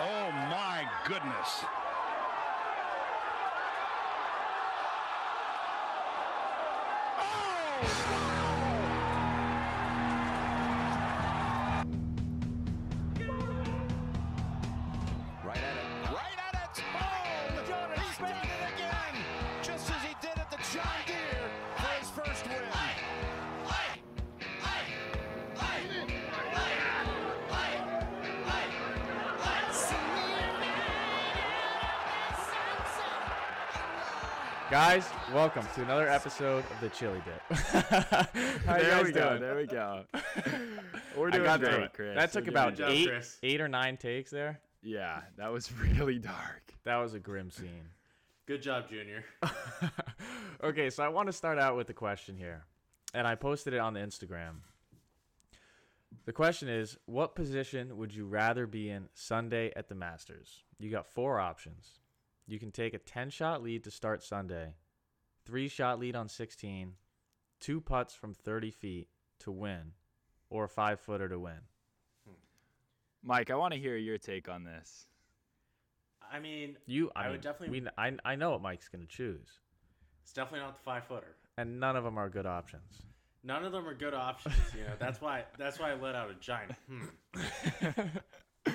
Oh, goodness. Right at it. Right at it. Oh, Jordan he's Spieth. done it again. Just as he did at the John Deere for his first win. Guys, welcome to another episode of the Chili Bit. How you There guys we go. doing? There we go. We're I doing got great, through it. Chris. That took We're about doing- Good job, eight, Chris. eight or nine takes there. Yeah, that was really dark. That was a grim scene. Good job, Junior. Okay, so I want to start out with the question here, and I posted it on the Instagram. The question is, what position would you rather be in Sunday at the Masters? You got four options. You can take a 10 shot lead to start Sunday, three shot lead on 16, two putts from 30 feet to win, or a five footer to win. Mike, I want to hear your take on this. I mean, You, I, I, mean, would definitely. We, I, I know what Mike's going to choose, it's definitely not the five footer. and none of them are good options. None of them are good options. You know, that's why. That's why I let out a giant. Hmm. I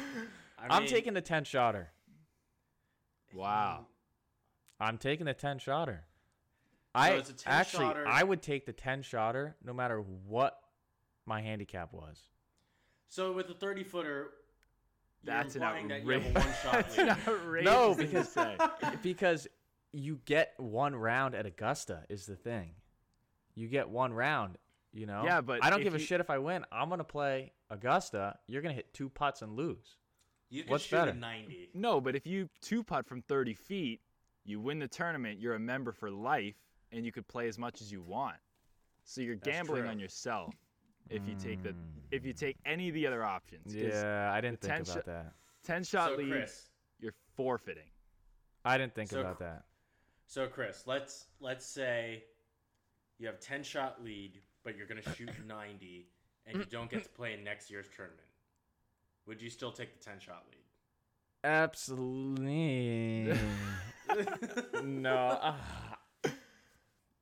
I'm mean, taking the 10 shotter. Wow. I'm taking the 10 shotter. I it's a 10 actually shotter. I would take the 10 shotter no matter what my handicap was. So with a thirty footer, you're That's an implying that you have a one shot lead. No, no, because- because say. Because you get one round at Augusta is the thing. You get one round, you know. Yeah, but I don't if give a you- shit if I win. I'm going to play Augusta. You're going to hit two putts and lose. You can What's shoot better? a ninety. no, but if you two putt from 30 feet, you win the tournament. You're a member for life, and you could play as much as you want. So you're gambling true. on yourself if you take the if you take any of the other options. 'cause Yeah, I didn't the think about 10 shot- that. Ten shot So lead, Chris, you're forfeiting. I didn't think So about cr- that. so Chris, let's let's say you have ten shot lead, but you're gonna shoot ninety, and you don't get to play in next year's tournament. Would you still take the ten shot lead? Absolutely. no. ah.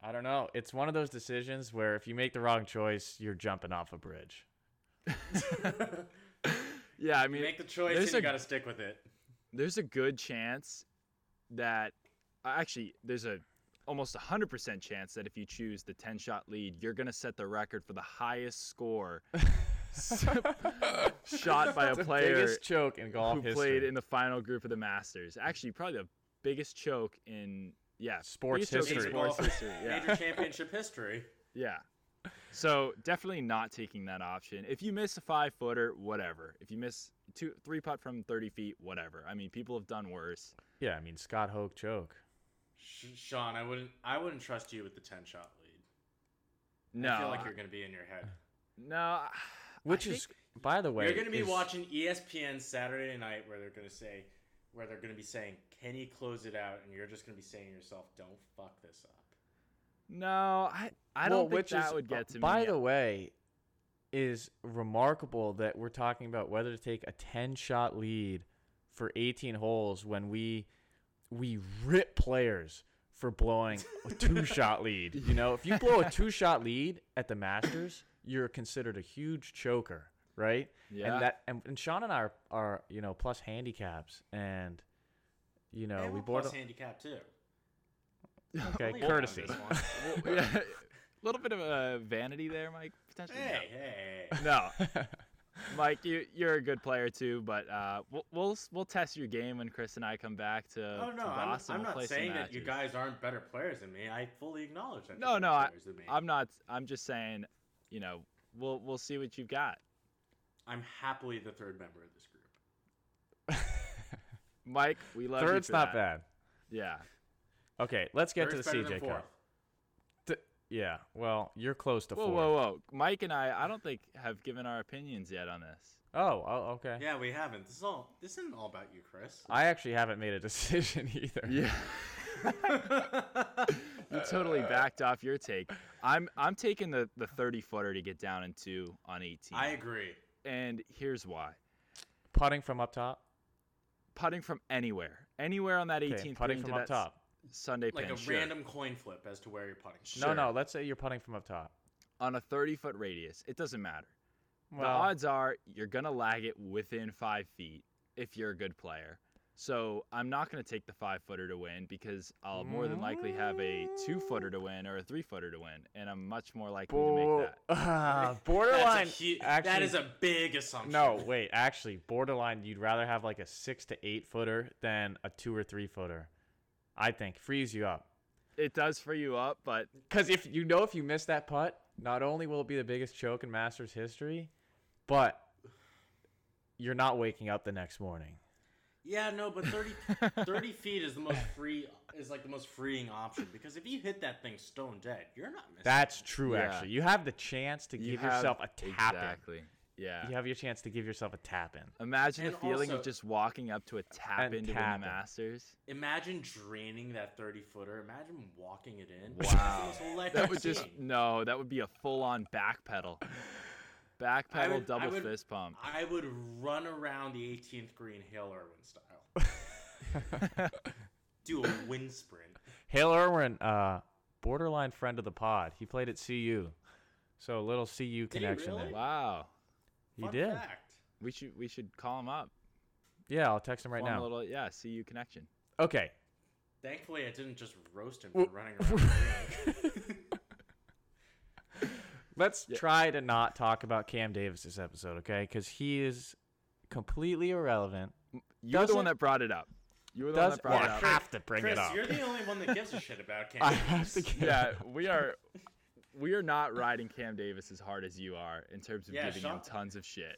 I don't know. It's one of those decisions where if you make the wrong choice, you're jumping off a bridge. Yeah, I mean, Make the choice, there's and you a- got to stick with it. there's a good chance that uh, actually there's a almost 100% chance that if you choose the 10 shot lead you're going to set the record for the highest score shot by a player Biggest choke in golf who history. played in the final group of the masters actually probably the biggest choke in yeah Sports biggest choke in history. sports Major golf- history yeah Major championship history. yeah so definitely not taking that option if you miss a five footer whatever if you miss two three putt from 30 feet whatever i mean people have done worse yeah, I mean Scott Hoke choke. Sh- Sean, I wouldn't I wouldn't trust you with the 10 shot lead. no I feel like you're going to be in your head. No, Which is by the way You're going to be is- watching E ESPN Saturday night where they're going to say where they're going to be saying, "Can you close it out?" and you're just going to be saying to yourself, "Don't fuck this up." no, I, I well, don't think which that is, uh, would get to by me. the way, is remarkable that we're talking about whether to take a 10 shot lead for 18 holes when we we rip players for blowing a two shot lead. You know, if you blow a two shot lead at the Masters, you're considered a huge choker, right? Yeah. And that and, and Sean and I are, are, you know, plus handicaps and you know, and we we board plus handicap too. okay, Leave it on courtesy. this one. a little bit of a vanity there, Mike. Potentially. hey, hey. No. No. Mike, you you're a good player too, but uh, we'll, we'll we'll test your game when Chris and I come back to, Oh to no, I'm, Boston. I'm We'll not play some saying that you matches. guys aren't better players than me. I fully acknowledge that. No, you're no, better I, players than me. I'm not. I'm just saying, you know, we'll we'll see what you've got. I'm happily the third member of this group. Mike, we love you Third's for not that. bad. Yeah. Okay, let's get Third's to better the than CJ fourth. Cup. Th- yeah, well, you're close to Whoa, four. whoa, whoa. Mike and I, I don't think have given our opinions yet on this. Oh, oh, okay. Yeah, we haven't. This is all. This isn't all about you, Chris. I actually haven't made a decision either. You totally Uh, backed off your take. I'm I'm taking the the 30 footer to get down in two on 18. I agree. and here's why. Putting from up top. putting from anywhere, anywhere on that 18th Okay, putting green from to up that s- top. Sunday Like pin, a sure. random coin flip as to where you're putting. Sure. No, no. Let's say you're putting from up top. on a 30 foot radius. It doesn't matter. the Well, odds are you're gonna lag it within five feet if you're a good player. So I'm not gonna take the five footer to win because I'll more than likely have a two footer to win or a three footer to win, and I'm much more likely to make that. Ah, borderline. That's a hu- actually, that is a big assumption. no. Wait, actually, borderline. You'd rather have like a six to eight footer than a two or three footer. I think frees you up It does free you up, but because if you know if you miss that putt, not only will it be the biggest choke in Masters history, but you're not waking up the next morning. Yeah, no, but 30, 30 feet is the most free is like the most freeing option because if you hit that thing stone dead, you're not missing. That's true. Yeah. Actually, you have the chance to you give have- yourself a tap Exactly. Yeah. in. You have your chance to give yourself a tap in. Imagine the And feeling of also- just walking up to a tap And in to win the tapping. Masters. Imagine draining that thirty footer. Imagine walking it in. Wow. That's the most That electric would just thing. no. That would be a full-on backpedal, I backpedal would- I double would- fist pump. I would run around the 18th green Hale Irwin style. Do a wind sprint. Hale Irwin, uh, borderline friend of the pod. He played at CU, so a little CU he connection really? there. Wow. He Fun did. Fact. We should we should call him up. Yeah, I'll text him right Form a now. little yeah. See you connection. Okay. Thankfully, I didn't just roast him for running around. the green. Let's try to not talk about Cam Davis this episode, okay? Because he is completely irrelevant. You're the Doesn't- one that brought it up. You were the one Does that well, brought I it up. have to bring Chris, it up? you're the only one that gives a shit about Cam. I Davis. have to get. Yeah, we are we are not riding Cam Davis as hard as you are in terms of Yeah, giving him Sean- tons of shit.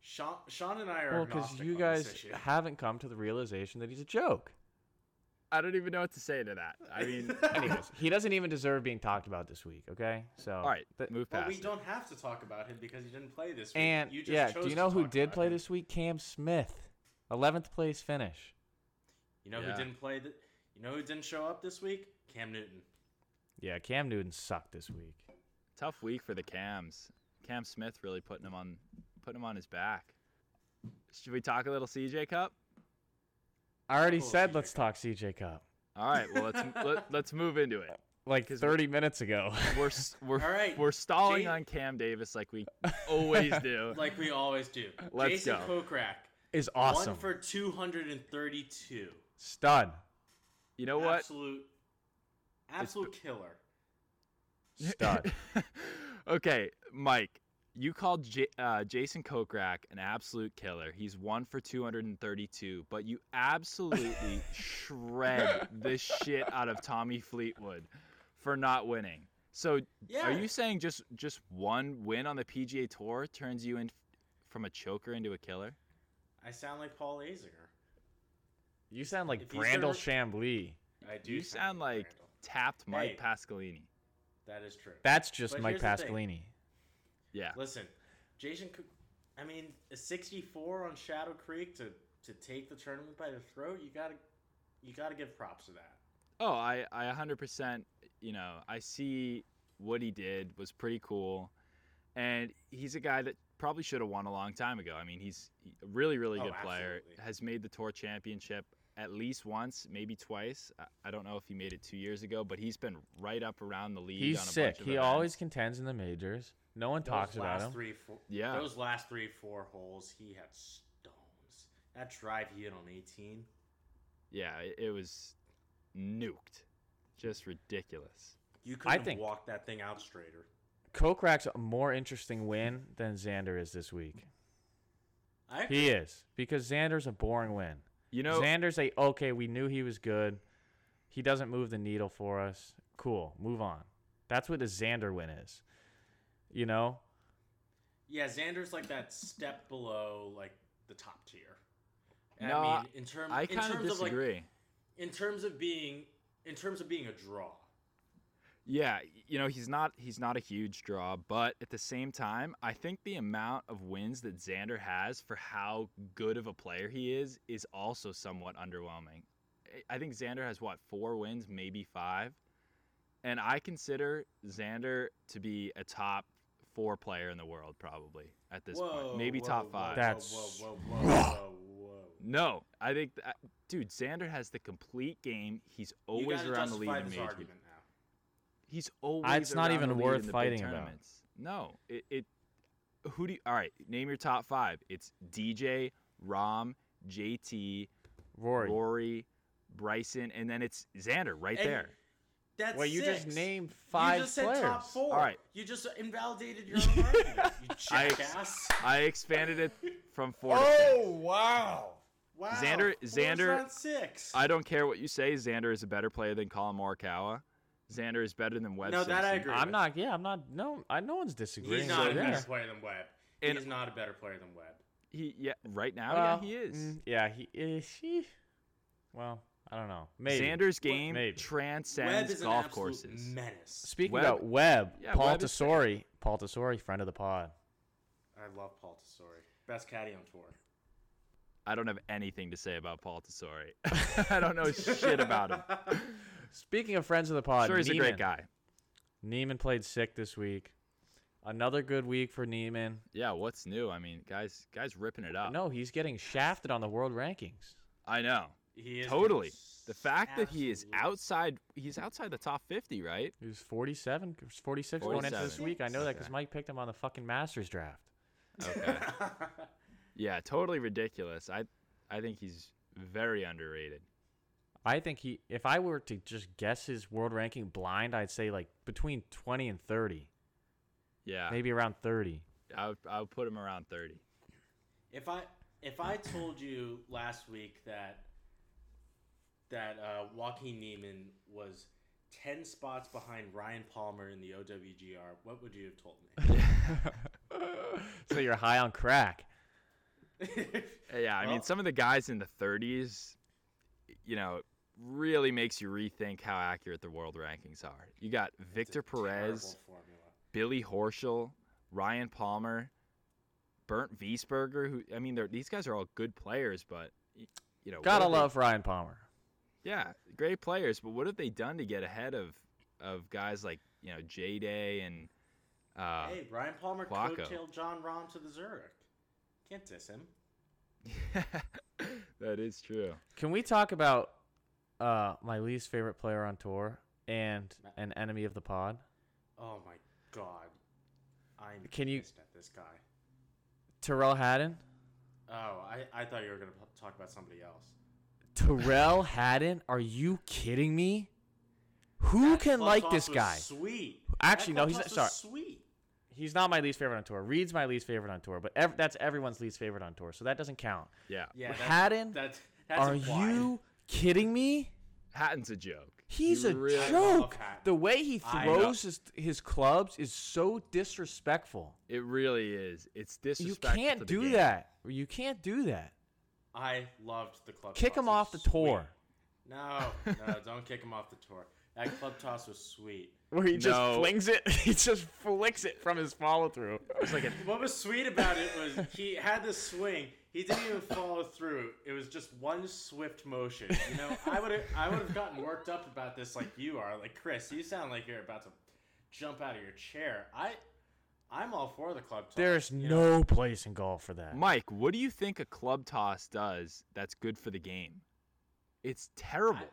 Sean, Sean and I are Well, because because you guys haven't come to the realization that he's a joke. I don't even know what to say to that. I mean, Anyways, he doesn't even deserve being talked about this week, okay? So all right, th- move Oh, But past. we it. don't have to talk about him because he didn't play this week. And you just yeah, chose do you to know who talk did about play him. this week? Cam Smith, eleventh place finish. You know Yeah. who didn't play. Th- you know who didn't show up this week? Cam Newton. Yeah, Cam Newton sucked this week. Tough week for the Cams. Cam Smith really putting him on putting him on his back. Should we talk a little CJ Cup? I already Cool, said CJ let's talk CJ Cup All right, well let's let, let's move into it. like 'Cause 30 minutes ago. We're s- we're All right, we're stalling Jay- on Cam Davis like we always do. Like we always do. Let's Jason go. Kokrak. Is awesome. One for 232. Stud. You know what? Absolute, absolute killer. Stud. okay, Mike, you called J- uh, Jason Kokrak an absolute killer. He's one for 232, but you absolutely shred the shit out of Tommy Fleetwood for not winning. So, Yeah. are you saying just just one win on the PGA Tour turns you in from a choker into a killer? I sound like Paul Azinger. you sound like If he's their- Brandel Chambly. I do. You sound like Randall. tapped Mike Hey. Pascalini. That is true. That's just But Mike here's the thing. Pasqualini. Yeah. Listen, Jason. Ko- I mean, a 64 on Shadow Creek to to take the tournament by the throat. You gotta, you gotta give props to that. Oh, I, I 100%, you know, I see what he did was pretty cool. And he's a guy that probably should have won a long time ago. I mean, he's a really, really Oh, good player, absolutely. has made the tour championship at least once, maybe twice. I, I don't know if he made it two years ago, but he's been right up around the league. He's on a sick. Bunch of He events. always contends in the majors. No one talks those about last him. Three, four, Yeah. Those last three, four holes, he had stones. That drive he hit on 18. Yeah, it, it was nuked. Just ridiculous. You couldn't think- walk that thing out straighter. Kokrak's a more interesting win than Xander is this week. I He is because Xander's a boring win. You know, Xander's a okay. We knew he was good. He doesn't move the needle for us. Cool. Move on. That's what a Xander win is. You know, Yeah, Xander's like that step below like the top tier. No, I mean, in terms, I in kind of terms of like, disagree. in terms of being, in terms of being a draw. Yeah, you know, he's not he's not a huge draw, but at the same time, I think the amount of wins that Xander has for how good of a player he is is also somewhat underwhelming. I- I think Xander has what, 4 wins, maybe 5. And I consider Xander to be a top 4 player in the world probably at this whoa, point. Maybe whoa, top whoa, 5. Whoa, That's whoa, whoa, whoa, whoa, whoa. No, I think, that, dude, Xander has the complete game. He's You always gotta around the justify league in this major. argument now. He's always. Ah, It's not around even the lead worth in the big fighting about. tournaments. No, it, it. Who do you? All right, name your top five. It's DJ, Rom, JT, Rory. Rory, Bryson, and then it's Xander right And there. That's Well, you just six. named five You just said players. top four. All right. You just invalidated your own argument. You I- jackass. I expanded it from four. to Oh! six. Oh, wow. Wow. Xander- Four's Xander- not six. I don't care what you say. Xander is a better player than Colin Morikawa. Xander is better than Webb. No, that I Simpson. agree. I'm with. not. Yeah, I'm not. No, I, no one's disagreeing. He's not so a yeah. better player than Webb. And- He's not a better player than Webb. He yeah, right Oh, now Well, yeah he is. mm, yeah, he is. He. Well, I don't know. Maybe. Xander's game Maybe. Webb transcends is an golf absolute courses. menace. Speaking Webb- about Webb, Yeah, Paul Webb is- Tesori, Paul Tesori, friend of the pod. I love Paul Tesori. Best caddy on tour. I don't have anything to say about Paul Tesori. I don't know shit about him. Speaking of friends of the pod, sure, he's a Neiman. great guy. Neiman played sick this week. Another good week for Neiman. Yeah, what's new? I mean, guys, guys ripping it up. No, he's getting shafted on the world rankings. I know He is totally. getting The fact that he is absolutely- outside, he's outside the top fifty, right? He was 47, 46 going into this 47. week. I know that because Okay. Mike picked him on the fucking Masters draft. Okay. yeah, totally ridiculous. I, I think he's very underrated. I think he, if I were to just guess his world ranking blind, I'd say like between 20 and 30, Yeah, maybe around 30. I would, I would put him around thirty. If I if I told you last week that that uh, Joaquin Neiman was ten spots behind Ryan Palmer in the OWGR, what would you have told me? so you're high on crack. Uh, Yeah, I mean, Well- some of the guys in the 30s, you know, it really makes you rethink how accurate the world rankings are. You got Victor Perez, Terrible formula. Billy Horschel, Ryan Palmer, Bernd Wiesberger. Who I mean, they're, these guys are all good players, but y- you know, what Gotta have they- love Ryan Palmer. yeah, great players. But what have they done to get ahead of of guys like you know J Day and uh, hey, Ryan Palmer Flacco. coattailed John Rahm to the Zurich. Can't diss him. that is true. Can we talk about uh, my least favorite player on tour and an enemy of the pod? Oh my god, I'm Can you- pissed at this guy. Terrell Haddon? Oh, I, I thought you were gonna p- talk about somebody else. Terrell Haddon? Are you kidding me? Who That can club like toss this was guy? Sweet. Actually, That no, club he's toss not- was Sweet. He's not my least favorite on tour. Reed's my least favorite on tour, but ev- that's everyone's least favorite on tour, so that doesn't count. Yeah, Yeah, that's, Haddon, That's, that's Are implied. you kidding me? Hatton's a joke. He's He a really- I love joke. Haddon. The way he I know. throws his, his clubs is so disrespectful. It really is. It's You disrespectful. to can't the do game. that. You can't do that. I loved the Oh, club. Kick toss. him It was off the tour. sweet. No, no, don't kick him off the tour. That club toss was sweet. Where he just No. flings it, he just flicks it from his follow through. What was sweet about it was he had this swing. He didn't even follow through. It was just one swift motion. You know, I would have I would have gotten worked up about this like you are. Like Chris, you sound like you're about to jump out of your chair. I I'm all for the club toss. There's you know? no place in golf for that. Mike, what do you think a club toss does that's good for the game? It's terrible.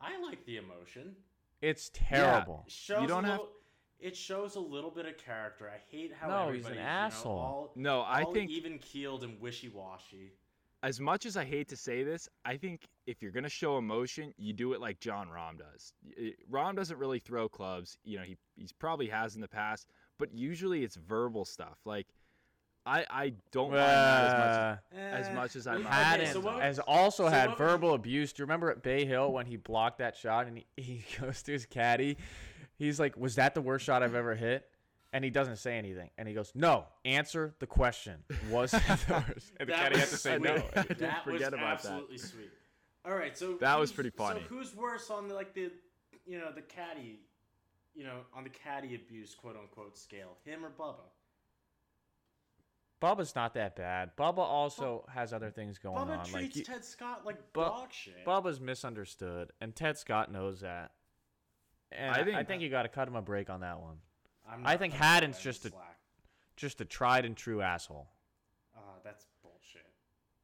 I like the emotion. It's terrible. shows You don't a have- little, it shows a little bit of character. I hate how No, he's everybody's, an you know, asshole. all- No, I all think- even keeled and wishy washy. As much as I hate to say this, I think if you're going to show emotion, you do it like John Rahm does. Y- Rahm doesn't really throw clubs. You know, he he's probably has in the past, but usually it's verbal stuff. Like, I, I don't mind that as much as, as, much as I Eh, mind Haddon Okay, so what- has also so had what would you- verbal abuse. Do you remember at Bay Hill when he blocked that shot and he, he goes to his caddy? He's like, Was that the worst shot I've ever hit? And he doesn't say anything. And he goes, No, answer the question. Was it the worst? And the That caddy had to was say sweet. no. I did That was forget about that. absolutely sweet. All right, so That was who's- pretty funny. So who's worse on the like the you know the caddy, you know on the caddy abuse quote unquote scale, him or Bubba? Bubba's not that bad. Bubba also has other things going Bubba on. treats Like you- Ted Scott like Bu- dog shit. Bubba's misunderstood, and Ted Scott knows that. And I I think, think- you got to cut him a break on that one. I'm I not think gonna cut Haddon's him just a- slack. Just a tried and true asshole. Ah, that's bullshit.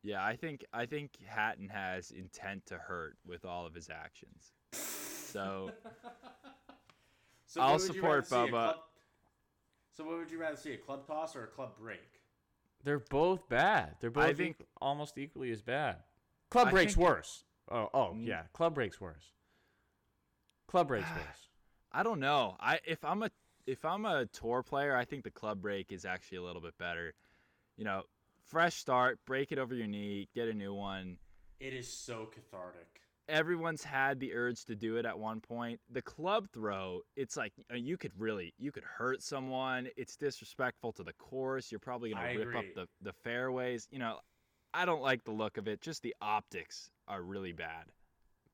Yeah, I think I think Hatton has intent to hurt with all of his actions. So So what I'll would you support rather see, a Bubba. club- So what would you rather see, a club toss or a club break? They're both bad. They're both I equ- think- almost equally as bad. Club I breaks think- worse. Oh, oh yeah, club breaks worse. Club breaks worse. I don't know. I if I'm a if I'm a tour player, I think the club break is actually a little bit better. You know, fresh start, break it over your knee, get a new one. It is so cathartic. Everyone's had the urge to do it at one point. The club throw, it's like uh, you could really you could hurt someone. It's disrespectful to the course. You're probably I gonna rip up agree. the, the fairways. You know, I don't like the look of it. Just the optics are really bad.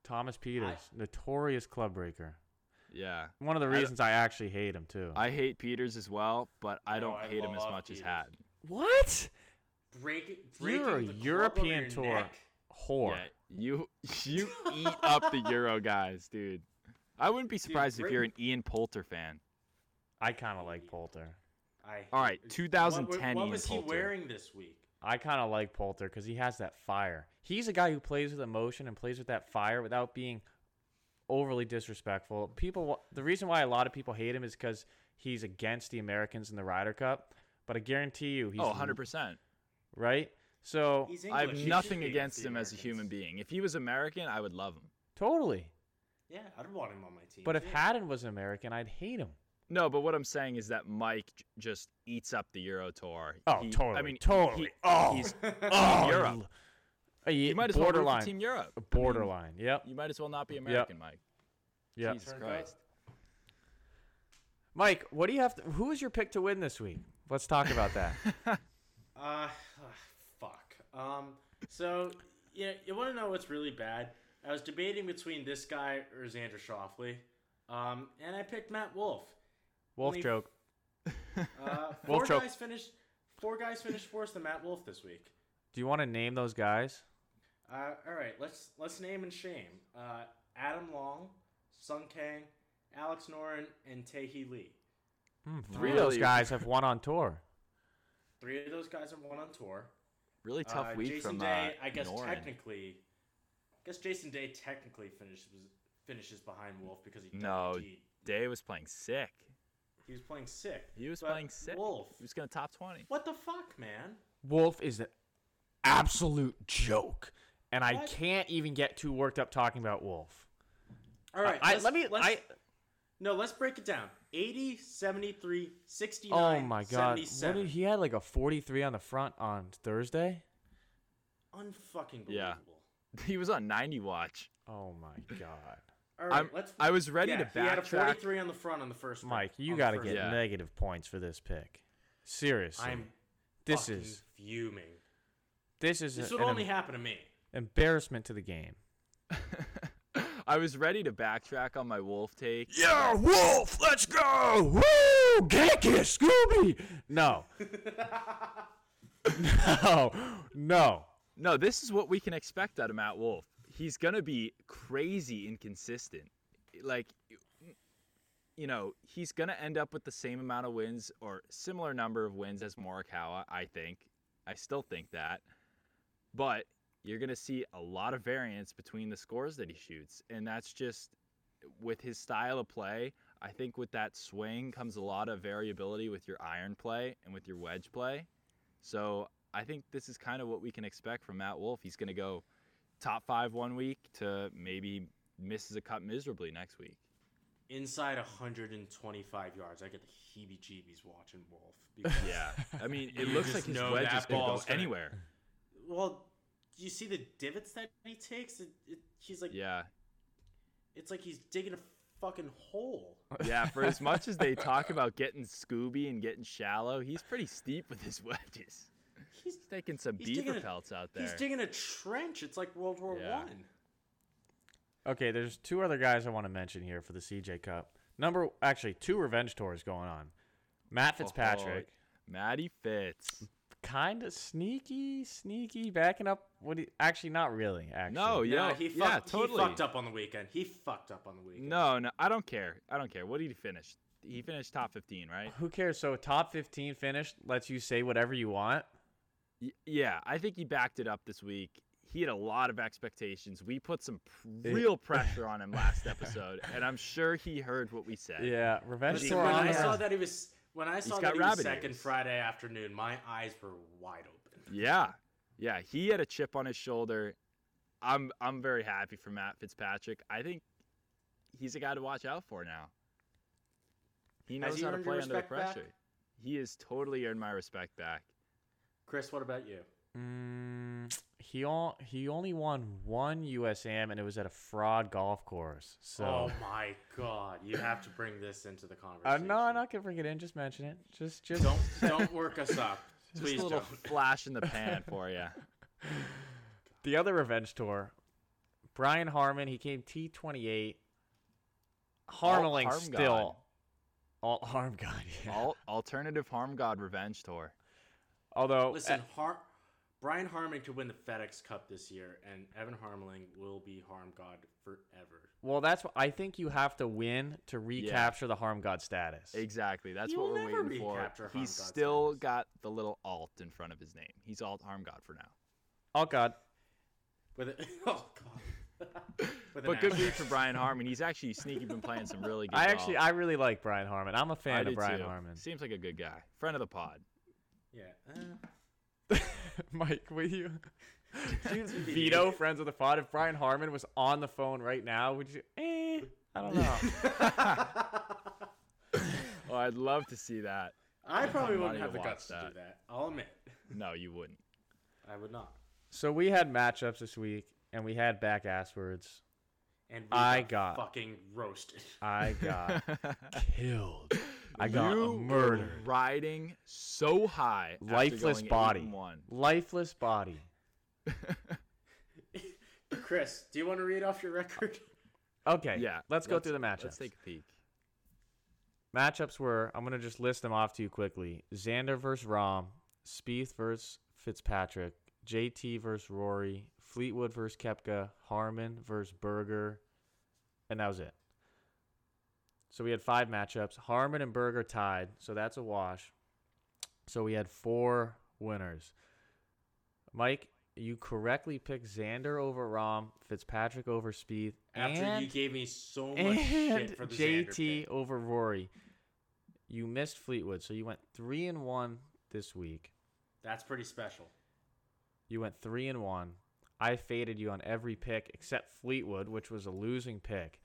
Thomas Peters, notorious club breaker. Yeah. One of the don't- reasons I, actually hate him too. I hate Peters as well, but I No, don't I hate him as love much as Peters. Hatton. what? Break, breaking You're a the club over European your tour neck? whore. Yeah, you you eat up the Euro guys, dude. I wouldn't be surprised if great- you're an Ian Poulter fan. I kind of like Poulter. I All right, hate- 2010 What, what Ian was Poulter. he wearing this week? I kind of like Poulter because he has that fire. He's a guy who plays with emotion and plays with that fire without being overly disrespectful. People, wa- the reason why a lot of people hate him is because he's against the Americans in the Ryder Cup. But I guarantee you, he's Oh, 100 percent. right. So He's I have English. He should nothing be against the him as a human Americans. being. If he was American, I would love him. totally. Yeah, I'd want him on my team. But if too. Haddon was an American, I'd hate him. No, but what I'm saying is that Mike j- just eats up the Euro tour. Oh, He- totally, I mean, he- totally. Oh. he's Oh, Europe. You might as well root for Uh, borderline. Team Europe. I mean, Borderline. Yep. you might as well not be American, Mike. Yep. Jesus Turns Christ. Mike, what do you have? To, who is your pick to win this week? Let's talk about that. Uh, fuck. Um, so yeah, you want to know what's really bad? I was debating between this guy or Xander Shoffley, um, and I picked Matt Wolf. Wolf Only- joke. Uh, four choke. guys finished. Four guys finished worse than Matt Wolf this week. Do you want to name those guys? Uh, all right, let's let's name and shame. Uh, Adam Long, Sung Kang, Alex Noren, and Taehee Lee. Hmm, three of those Really? guys have won on tour. Three of those guys are one on tour. Really tough Uh, week Jason from Day, uh, I guess Noren. technically, I guess Jason Day technically finishes finishes behind Wolf because he No, he, Day was playing sick. he was playing sick. He was But playing sick. Wolf, He was gonna top 20. what the fuck, man? Wolf is an absolute joke, and I What? can't even get too worked up talking about Wolf. All right, I, let's- let me. let's- I, no, let's break it down. 80, 73, 69, oh my god! What 77. did, he had like a forty-three on the front on Thursday. Unfucking believable. Yeah. He was on 90 watch. Oh my god, All right, I'm- let's. I was ready yeah, to He had a backtrack. 43 on the front on the first. round- Mike, you on the got to first get Yeah. round. negative points for this pick. Seriously, I'm. this fucking is fuming. this is This a- would an only em- happen to me. embarrassment to the game. I was ready to backtrack on my wolf take. Yeah, Wolf, let's go! Woo! Genki, Scooby! No. no, no. No, this is what we can expect out of Matt Wolf. He's gonna be crazy inconsistent. Like, you know, he's gonna end up with the same amount of wins or similar number of wins as Morikawa. I think. I still think that, but you're gonna see a lot of variance between the scores that he shoots, and that's just with his style of play. I think with that swing comes a lot of variability with your iron play and with your wedge play. So I think this is kind of what we can expect from Matt Wolf. He's going to go top five one week to maybe misses a cut miserably next week. Inside 125 yards, I get the heebie-jeebies watching Wolf. Because, Yeah, I mean, it You looks just like his know wedge that is going to go ball's gonna- anywhere. Well, do you see the divots that he takes? It, it, he's like, Yeah, it's like he's digging a fucking hole. Uh, yeah. For as much as they talk about getting Scooby and getting shallow, he's pretty steep with his wedges. He's He's, taking some he's beaver digging a- pelts out there. he's digging a trench. It's like World War Yeah. One. Okay, there's two other guys I want to mention here for the CJ Cup. Number, actually, two revenge tours going on. Matt Fitzpatrick, Maddie Fitz. kind of sneaky, sneaky, backing up. What? He, actually, not really. Actually, No, yeah, he, fucked, yeah, totally. he fucked up on the weekend. He fucked up on the weekend. No, no, I don't care. I don't care. What did he finish? He finished top fifteen, right? Who cares? So, top 15 finish lets you say whatever you want. Y- Yeah, I think he backed it up this week. He had a lot of expectations. We put some p- It- real pressure on him last episode, and I'm sure he heard what we said. Yeah, But revenge see, tour when on I the- saw that he was when I saw got that he was rabbit second ears. Friday afternoon, my eyes were wide open. Yeah. Yeah. He had a chip on his shoulder. I'm I'm very happy for Matt Fitzpatrick. I think he's a guy to watch out for now. He Has knows he how to earned your play under the respect back? pressure. He has totally earned my respect back. Chris, what about you? Mm, he on, he only won one USM and it was at a fraud golf course. So Oh my God! You have to bring this into the uh, conversation. no, I'm not gonna bring it in. Just mention it. Just just Don't don't work us up. Just Please a little don't. flash in the pan for you. the other revenge tour. Brian Harmon, he came T28. Harmeling harm god. still. All harm god. Yeah. Al- alternative harm god revenge tour. Although uh, Listen, eh. Har- Brian Harmon could win the FedEx Cup this year, and Evan Harmling will be harm god forever. Well, that's what I think you have to win to recapture the harm god status. Exactly. That's He what will we're never waiting for. recapture harm He's god still status. got the little alt in front of his name. He's alt harm god for now. Oh god. With a- oh God. With an But good asterisk. week for Brian Harmon. He's actually sneaky been playing some really good. I actually golf. I really like Brian Harmon. I'm a I fan do of Brian too. Harmon. Seems like a good guy. Friend of the pod. Yeah. Uh, Mike, will you do you veto friends of the pod? If Brian Harmon was on the phone right now, would you eh, I don't know. Oh, I'd love to see that. I probably money wouldn't have to the watch guts to do that. I'll admit, No, you wouldn't. I would not. so we had matchups this week and we had back ass words. And we I got- fucking roasted. I got killed. I got you murdered. Were riding so high. after Lifeless going eight body. and One. Lifeless body. Chris, do you want to read off your record? Okay. Yeah. Let's go through the matchups. Let's take a peek. Matchups were I'm gonna just list them off to you quickly. Xander versus Rom, Spieth versus Fitzpatrick, JT versus Rory, Fleetwood versus Kepka, Harmon versus Berger, and that was it. So we had five matchups. Harmon and Berger tied, so that's a wash. So we had four winners. Mike, you correctly picked Xander over Rom, Fitzpatrick over Spieth, After and you gave me so much and shit for the Xander JT pick. over Rory. You missed Fleetwood, so you went three and one this week. That's pretty special. You went three and one. I faded you on every pick except Fleetwood, which was a losing pick.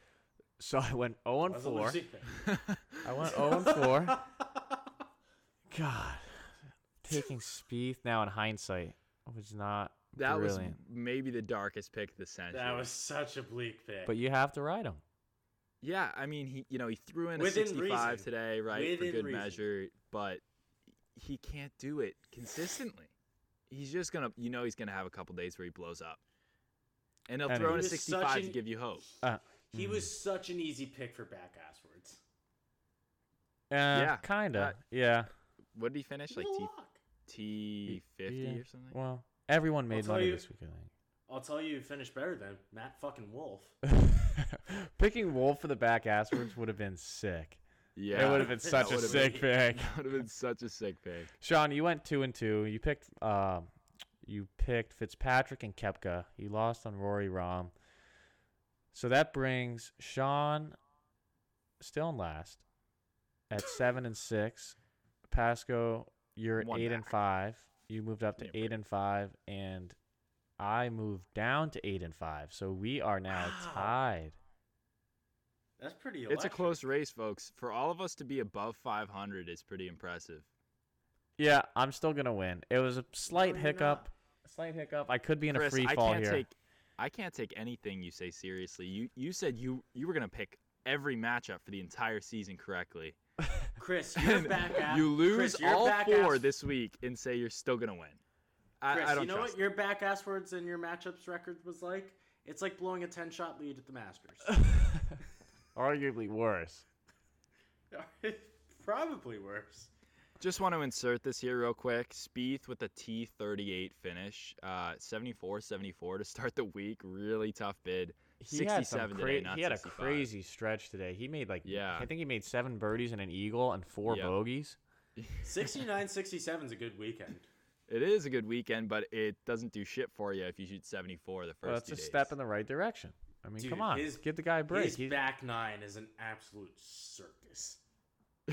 So I went 0 and That was a 4. losing pick. I went Oh, 0 and 4. God. Taking Spieth now in hindsight was not That brilliant. was maybe the darkest pick of the century. That was such a bleak pick. But you have to ride him. Yeah, I mean, he you know he threw in a Within 65 reason. today, right, Within for good reason. measure, but he can't do it consistently. He's just gonna, you know, he's gonna have a couple days where he blows up, and he'll And throw he in a was such 65 to an- give you hope. Uh, he Hmm. was such an easy pick for back ass words. yeah, Yeah, kind of. uh, yeah. What did he finish? Like He's a T lock. T fifty Yeah. or something. Well, everyone made tell money you- this week, I think. I'll tell you, who finished better than Matt fucking Wolf. Picking Wolf for the back asswards would have been sick. Yeah, It would have been such a would've sick pick. That would have been such a sick pick. Sean, you went two and two. You picked um, you picked Fitzpatrick and Kepka. You lost on Rory Rom. So that brings Sean still in last at seven and six. Pasco, you're at One eight and back. five. You moved up to Yeah, eight and five, and I moved down to eight and five. So we are now Wow. tied. That's pretty. It's a electric. close race, folks. For all of us to be above 500 is pretty impressive. Yeah, I'm still gonna win. It was a slight you're hiccup. not. A slight hiccup. I could be in Chris, a free I fall can't here. Take, I can't take anything you say seriously. You you said you you were gonna pick every matchup for the entire season correctly. Chris, you're back ass. you lose Chris, your all back four ass- this week and say you're still gonna win. I, Chris, I don't you know trust. what your back ass words and your matchups record was like? It's like blowing a ten shot lead at the Masters. Arguably worse. Probably worse. it. Just want to insert this here real quick. Spieth with a T38 finish, uh, 74-74 to start the week. Really tough bid. He had, some 67 cra- today, not he had a 65. crazy stretch today. He made like Yeah. I think he made seven birdies and an eagle and four Yep. bogeys. 69 67 is a good weekend. It is a good weekend, but it doesn't do shit for you if you shoot 74 the first Well, that's two a days. step in the right direction. I mean, Dude, come on, his- give the guy a break. His He- back nine is an absolute circus.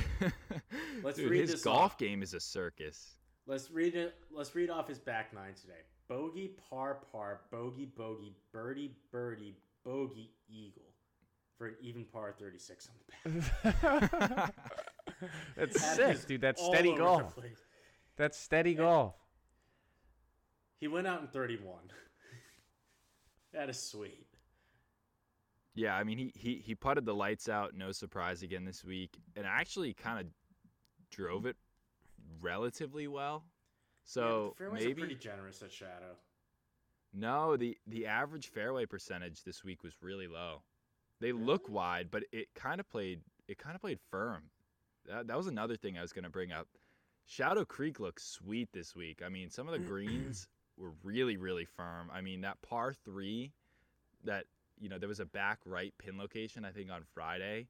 Let's Dude, read his this golf off. game is a circus. Let's read it. Let's read off his back nine today. Bogey, par, par, bogey, bogey, birdie, birdie, bogey, eagle, for an even par 36 on the back. that's That is sick, dude. That's all steady over the golf. place. That's steady golf. He went out in 31. that is sweet. Yeah, I mean he he he putted the lights out, no surprise again this week, and actually kind of drove it relatively well. Yeah, So the fairways are maybe pretty generous at Shadow. no, the the average fairway percentage this week was really low. They look wide, but it kind of played it kind of played firm. That that was another thing I was going to bring up. Shadow Creek looks sweet this week. I mean, some of the greens were really really firm. I mean, that par 3 that you know, there was a back right pin location, I think, on Friday.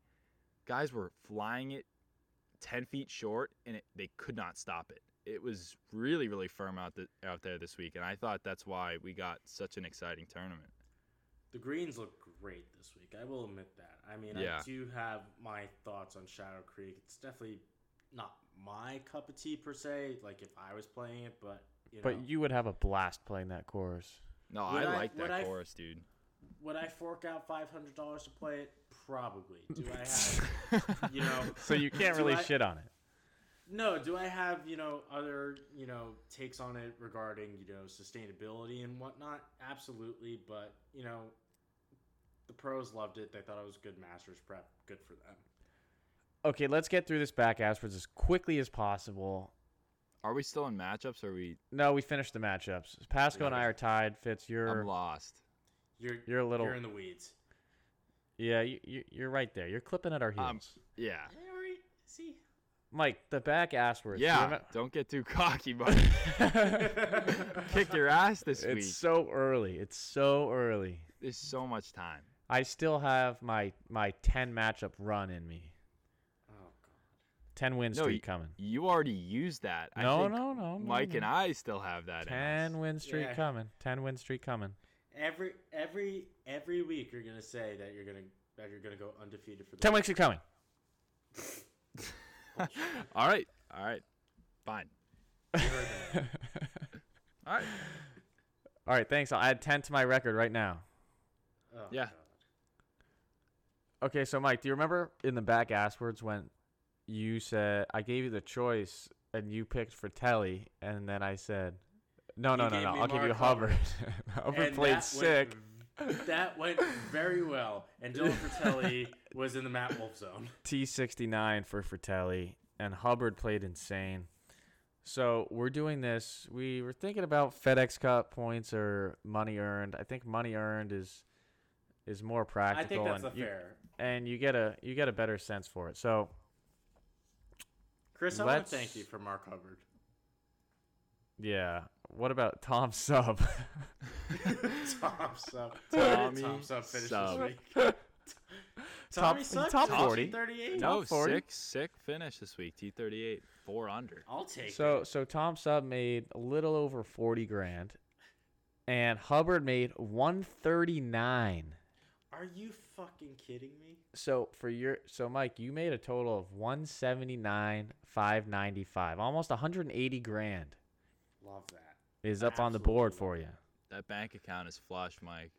Guys were flying it 10 feet short, and it, they could not stop it. It was really, really firm out, the, out there this week, and I thought that's why we got such an exciting tournament. The greens look great this week. I will admit that. I mean, Yeah. I do have my thoughts on Shadow Creek. It's definitely not my cup of tea per se. Like if I was playing it, but you know, But you would have a blast playing that course. No, Would I I- like would I- that chorus, dude. would I fork out five hundred dollars to play it? Probably. Do I have you know? So you can't do really I- shit on it. No. Do I have you know other you know takes on it regarding you know sustainability and whatnot? Absolutely. But you know, the pros loved it. They thought it was good Masters prep. Good for them. Okay, let's get through this back afterwards as quickly as possible. Are we still in matchups? Or are we? No, we finished the matchups. Pasco and I are tied. Fitz, you're I'm lost. You're You're a little- you're in the weeds. yeah, you, you, you're right there. You're clipping at our heels. Um, yeah, See, Mike, the back afterwards. you yeah. remem- Don't get too cocky, buddy. Kick your ass this week. it's so early. It's so early. There's so much time. I still have my my ten matchup run in me. oh god. Ten win No, streak you- coming. You already used that. I No, think no, no, no, Mike and no. I still have that. in us. Ten win streak Yeah. coming. Ten win streak coming. Every every every week you're gonna say that you're gonna that you're gonna go undefeated for the Ten win streak coming. all right, all right, fine. all right, All right, thanks. I'll add ten to my record right now. Oh, Yeah. Okay, so Mike, do you remember in the back afterwards when you said I gave you the choice and you picked Fratelli, and then I said, "No, no, no, gave no, me I'll give you Mark Hubbard." Hubbard. Hubbard And played that went sick. v- that went very well, and Dylan Fratelli was in the Matt Wolf zone. T sixty nine for Fratelli, and Hubbard played insane. So we're doing this. We were thinking about FedEx Cup points or money earned. I think money earned is is more practical. I think that's and a you, fair. And you get a you get a better sense for it. So Chris, I want let's- to thank you for Mark Hubbard. yeah, what about Tom Sub? Tom Sub. Where did Tommy Tom Sub finish Sub. this week. Tommy he's Sub top finished in 40. 38. no Top 40. Oh, sick, sick finish this week. T thirty eight, four under. I'll take so it. so Tom Sub made a little over forty grand, and Hubbard made one thirty nine. Are you fucking kidding me? So for your so Mike, you made a total of one seventy nine five ninety five, almost one hundred and eighty grand Love that. is up on the board for you. That bank account is flush, Mike.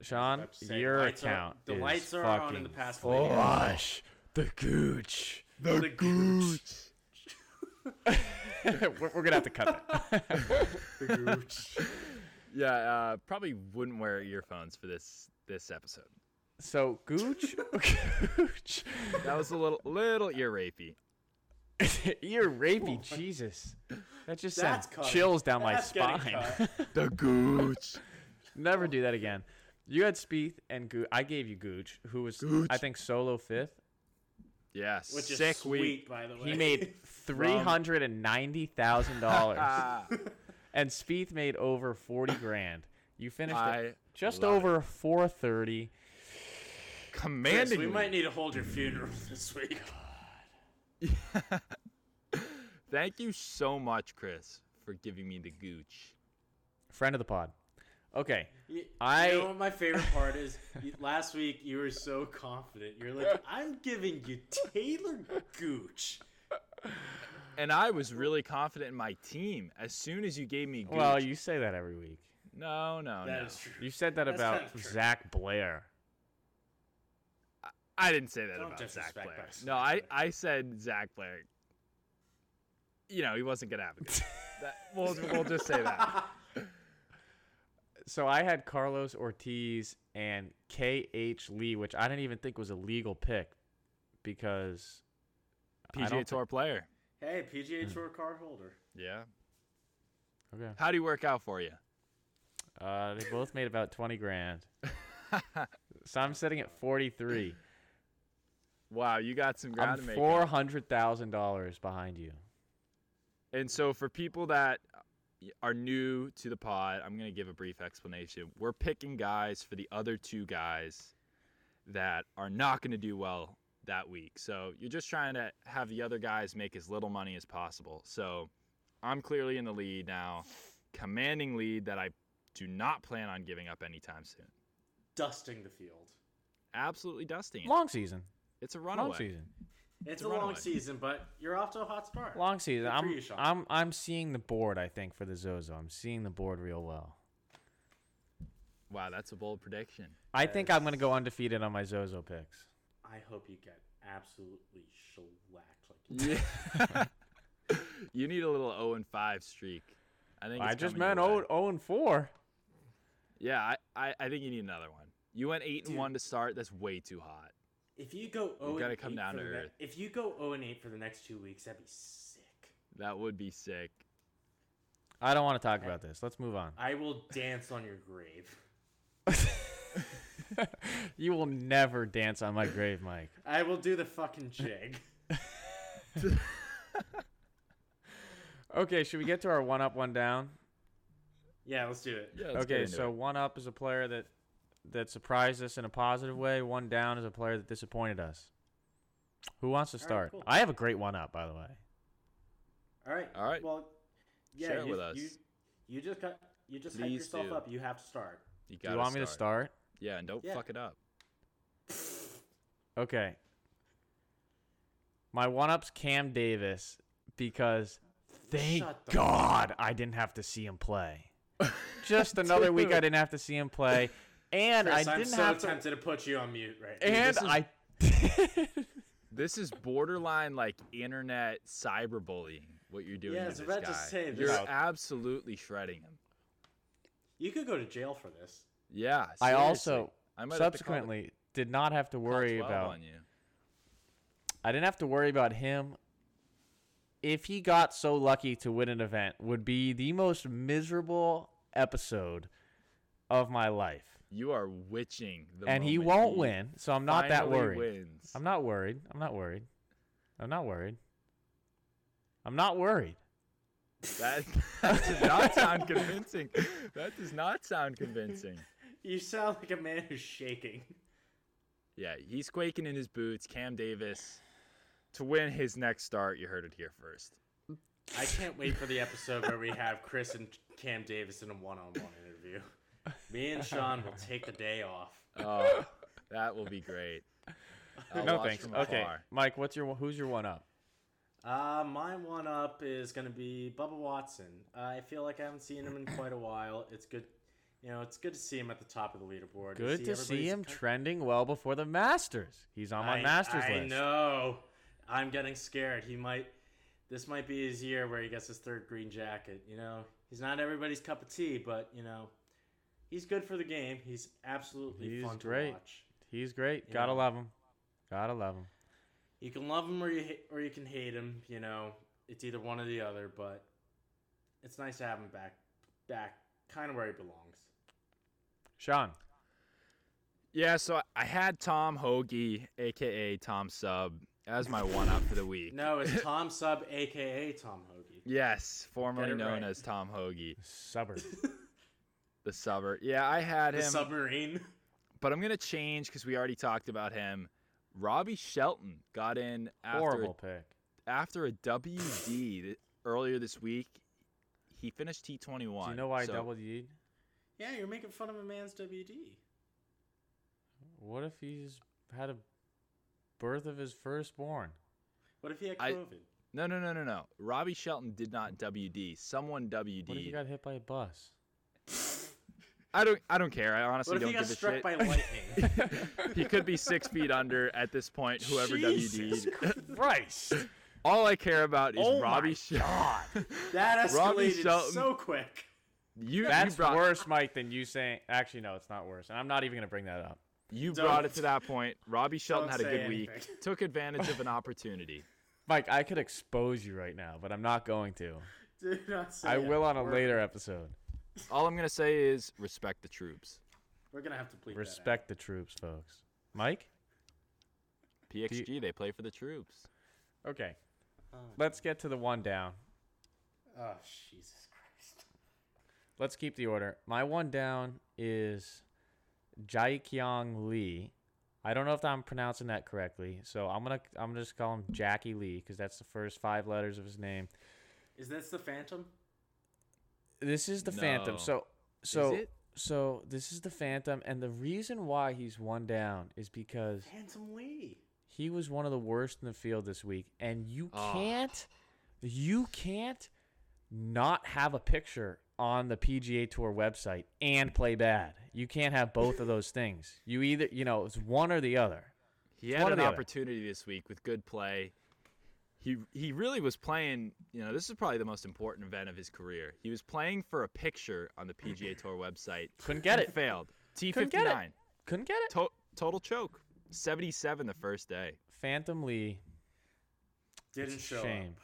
Sean, about to say, your the lights are- account the is lights are on in fucking the past lane. flush. The gooch. The, gooch. we're, we're gonna have to cut that. The gooch. Yeah, uh, probably wouldn't wear earphones for this this episode. So gooch, gooch, That was a little little ear rapey. ear rapey. Jesus, that just Oh That's sends cutting. chills down That's my getting spine. cut. The gooch. Never do that again. You had Spieth and Gooch. I gave you Gooch, who was I think solo fifth. Yes, Which is sick sweet, week. by the way. He made three hundred and ninety thousand dollars, Ah, and Spieth made over forty grand. You finished I at just love over four thirty. Chris, commanding. we might need to hold your funeral this week. Thank you so much, Chris, for giving me the gooch. Friend of the pod. Okay. You, I- you know what my favorite part is? You- Last week you were so confident. You're like, I'm giving you Taylor Gooch. And I was really confident in my team as soon as you gave me gooch. Well, you say that every week. no, no, That no. is true. You said that That's about not true. Zach Blair. I didn't say that Don't about Zach disrespect Blair. us. No, I, I said Zach Blair. You know, he wasn't gonna have a good. game. that, we'll, we'll just say that. So I had Carlos Ortiz and KH Lee, which I didn't even think was a legal pick because I don't PGA thi- Tour player. Hey, PGA Hmm. Tour card holder. Yeah. Okay. How'd he work out for you? Uh, they both made about 20 grand. so I'm sitting at 43. Wow, you got some ground I'm to make. up. $400,000 behind you. And so, for people that are new to the pod, I'm going to give a brief explanation. We're picking guys for the other two guys that are not going to do well that week. So, you're just trying to have the other guys make as little money as possible. So, I'm clearly in the lead now, commanding lead that I do not plan on giving up anytime soon. Dusting the field. Absolutely dusting it. Long season. It's a Long runaway. season. It's a a long runaway. season, but you're off to a hot start. Long season. Good for I'm you, Sean. I'm I'm seeing the board, I think, for the Zozo. I'm seeing the board real well. Wow, that's a bold prediction. I think I'm gonna go undefeated on my Zozo picks. I hope you get absolutely shellacked. Like you Yeah. you need a little 0 and 5 streak. I think I it's just coming your meant way. 0, 0 and 4. Yeah, I, I, I think you need another one. You went eight and one to start. That's way too hot. If you go 0 gotta and come 8 down for to the ne- earth. if you go 0 and 8 for the next two weeks, that'd be sick. That would be sick. I don't want to talk about this. Let's move on. I will dance on your grave. you will never dance on my grave, Mike. I will do the fucking jig. Okay, should we get to our one up, one down? yeah, let's do it. Yeah. okay, so one up is a player that that surprised us in a positive way. One down is a player that disappointed us. Who wants to right, start? cool. I have a great one up, by the way. All right. All right. Well, yeah, Share it you, with us. You, you just got you just hype Please yourself do. up. You have to start. you, Do you want me to start? Yeah, and don't Yeah. fuck it up. Okay. My one up's Cam Davis because thank Shut the fuck God I didn't have to see him play. Just another week I Dude. didn't have to see him play. And Chris, I I'm didn't so have to tempted to put you on mute right now. and this is- I This is borderline like internet cyberbullying. What you're doing? Yeah, I to was this about to guy. say, you're this- absolutely shredding him. You could go to jail for this. Yeah. I also seriously. I might have to call the- subsequently did not have to call worry 12 about on you. I didn't have to worry about him. If he got so lucky to win an event, would be the most miserable episode of my life. You are witching the. and he moment won't win, so I'm not that finally worried. Wins. I'm not worried. I'm not worried. I'm not worried. I'm not worried. That, that does not sound convincing. That does not sound convincing. You sound like a man who's shaking. Yeah, he's quaking in his boots. Cam Davis to win his next start. You heard it here first. I can't wait for the episode where we have Chris and Cam Davis in a one-on-one interview. Me and Sean will take the day off. Oh, that will be great. I'll no watch thanks. from Okay, afar. Mike, what's your who's your one up? Uh, my one up is going to be Bubba Watson. Uh, I feel like I haven't seen him in quite a while. It's good, you know, it's good to see him at the top of the leaderboard. and Good to see everybody's him kind- trending well before the Masters. He's on my I- Masters I list. know. I'm getting scared. He might. This might be his year where he gets his third green jacket. You know, he's not everybody's cup of tea, but you know, he's good for the game. He's absolutely He's fun great. to watch. He's great. You Gotta know. love him. Gotta love him. You can love him or you ha- or you can hate him. You know, it's either one or the other. But it's nice to have him back, back kind of where he belongs. Sean, Yeah, so I- I had Tom Hoagie, aka Tom Sub, as my one up for the week. No, it's Tom Sub, aka Tom Hoagie. Yes, formerly Get it known right. as Tom Hoagie, suburb. the subber. Yeah, I had The him, submarine. but I'm gonna change because we already talked about him. Robbie Shelton got in after Horrible pick. after a WD th- earlier this week, He finished T21. Do you know why so I double D'd? Yeah, you're making fun of a man's WD. What if he's had a birth of his firstborn? What if he had COVID? I- No, no, no, no, no. Robbie Shelton did not WD. Someone WD. What if he got hit by a bus? I don't. I don't care. I honestly what if don't he got give a struck shit. by lightning? he could be six feet under at this point. Whoever Jesus WD. Christ! All I care about is Oh my Robbie Shelton. that Robbie escalated Shelton- so quick. You, you That's brought worse, Mike, than you saying. Actually, no, it's not worse. And I'm not even gonna bring that up. you Don't- brought it to that point. Robbie Shelton Don't had a say good week. anything. Took advantage of an opportunity. Mike, I could expose you right now, but I'm not going to. Do not say I it. uh, will on a We're- later episode. All I'm gonna say is respect the troops. We're gonna have to bleep that out. Respect the troops, folks. Mike? PXG, they play for the troops. Okay. Let's get to the one down. Oh Jesus Christ! Let's keep the order. My one down is Jaikyong Lee. I don't know if I'm pronouncing that correctly, so I'm gonna I'm gonna just call him Jackie Lee because that's the first five letters of his name. Is this the Phantom? This is the Phantom. No. So so it? so this is the Phantom, and the reason why he's one down is because Phantom Lee. he was one of the worst in the field this week, and you Ah. can't you can't not have a picture on the PGA Tour website and play bad. You can't have both of those things. You either, you know, it's one or the other. He had one or an the other. opportunity this week with good play. He he really was playing. You know, this is probably the most important event of his career. He was playing for a picture on the PGA Tour website. Couldn't get and it. Failed. T Couldn't fifty get it. nine. Couldn't get it. Total choke. Seventy seven the first day. Phantom Lee, Didn't show shame.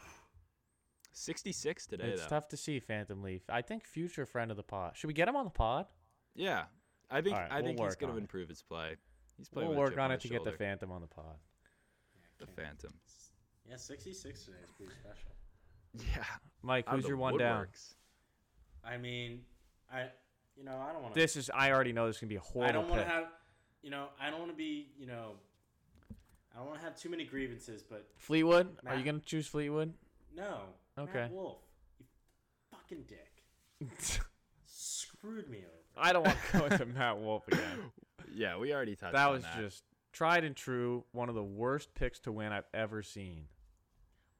Sixty six today It's though. tough to see Phantom Lee. I think future friend of the pod. Should we get him on the pod? Yeah, I think All right, I we'll think he's work gonna on it. improve his play. He's playing. We'll with a work chip on it his to get the shoulder. Phantom on the pod. the Phantom. up. Yeah, 66 today is pretty special. Yeah. Mike, out of who's the your one down? woodworks. I mean, I, you know, I don't want to. This is. I already know this is gonna be a horrible. I don't want to pick. have, you know, I don't want to be, you know, I don't want to have too many grievances, but Fleetwood. Are you Matt. gonna choose Fleetwood? no. Okay. Matt Wolf, you fucking dick, screwed me over. I don't want to go into Matt Wolf again. Yeah, we already touched. That on was that. just tried and true. One of the worst picks to win I've ever seen.